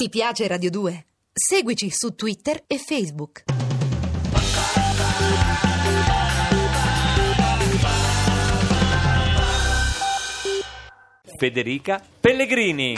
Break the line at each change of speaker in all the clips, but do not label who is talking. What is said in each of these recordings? Ti piace Radio 2? Seguici su Twitter e Facebook.
Federica Pellegrini.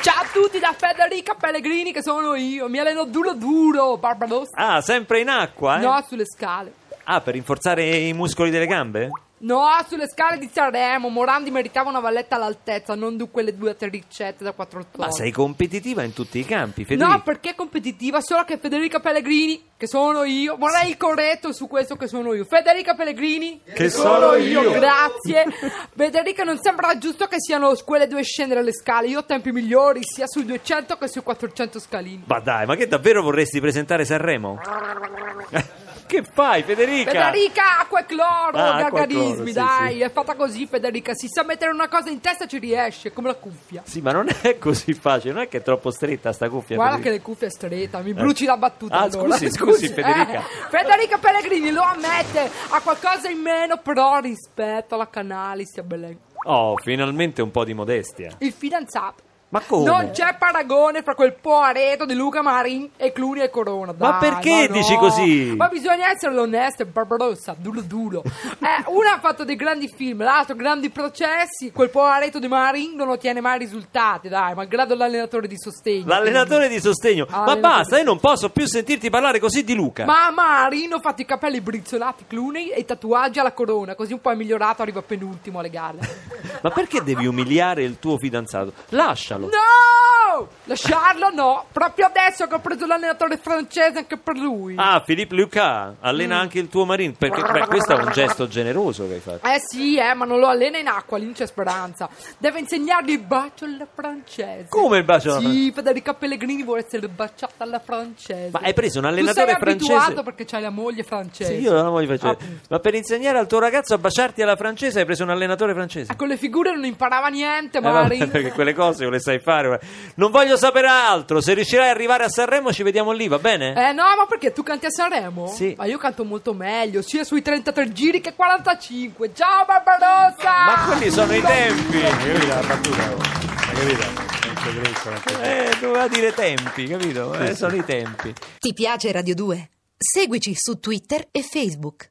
Ciao a tutti da Federica Pellegrini che sono io, mi alleno duro duro, Barbarossa.
Ah, sempre in acqua? eh?
No, sulle scale.
Ah, per rinforzare i muscoli delle gambe?
No, sulle scale di Sanremo, Morandi meritava una valletta all'altezza, non di quelle due terricette da quattro
Ma
toni.
sei competitiva in tutti i campi, Federica.
No, perché è competitiva, solo che Federica Pellegrini, che sono io, vorrei il corretto su questo che sono io. Federica Pellegrini,
Che sono io.
Grazie. Federica, non sembra giusto che siano quelle due scendere le scale. Io ho tempi migliori sia sui 200 che sui 400 scalini.
Ma dai, ma che davvero vorresti presentare Sanremo? che fai, Federica?
Federica, acqua e cloro,
Ah, acqua e cloro,
gargarismi,
sì,
dai,
sì.
è fatta così Federica, si sa mettere una cosa in testa e ci riesce, come la cuffia.
Sì, ma non è così facile, non è che è troppo stretta sta cuffia.
Guarda
Federica.
che le cuffie è stretta, mi bruci la battuta.
Eh. Ah,
allora.
scusi, scusi, Federica.
Eh, Federica Pellegrini lo ammette, ha qualcosa in meno però rispetto alla Canalis a Belen.
Oh, finalmente un po' di modestia.
Il fidanzato.
Ma come?
Non c'è paragone fra quel po' areto di Luca Marin e Cluni e Corona. Dai,
Ma perché
no.
dici così?
Ma bisogna essere onesti, Barbarossa, duro duro. Eh, uno ha fatto dei grandi film, l'altro grandi processi. Quel po' areto di Marin non ottiene mai risultati, dai, malgrado l'allenatore di sostegno.
L'allenatore di sostegno. ma
Allenatore.
basta, io non posso più sentirti parlare così di Luca.
Ah, Ma Marino ha fatto i capelli brizzolati Clooney e i tatuaggi alla corona, così un po' è migliorato, arriva penultimo alle gare.
Ma perché devi umiliare il tuo fidanzato? Lascialo.
No! Lasciarlo no, proprio adesso che ho preso l'allenatore francese anche per lui.
Ah, Philippe Lucas,
Mm.
allena anche il tuo marino. Perché beh, questo è un gesto generoso che hai fatto.
Eh sì, eh, ma non lo allena in acqua, lì non c'è speranza. Deve insegnargli il bacio alla francese.
Come il bacio alla
Sì, Federica Pellegrini vuole essere baciata alla francese.
Ma hai preso un allenatore
tu sei
francese?
abituato perché c'hai la moglie francese.
Sì, io non la voglio fare.
Ah,
Ma per insegnare al tuo ragazzo a baciarti alla francese hai preso un allenatore francese.
eh, con le figure non imparava niente,
Eh, vabbè,
Mari.
perché quelle cose le sai fare. guarda. Non voglio sapere altro. Se riuscirai ad arrivare a Sanremo, ci vediamo lì, va bene?
Eh no, ma perché tu canti a Sanremo?
Sì.
Ma io canto molto meglio, sia sui 33 giri che 45. Ciao Barbarossa!
Ma quelli sono i
Ah.
tempi.
capito la battuta? oh? Hai capito? È un segreto, la battuta.
Eh, doveva dire tempi, capito? Eh, sono i tempi.
Ti piace Radio 2? Seguici su Twitter e Facebook.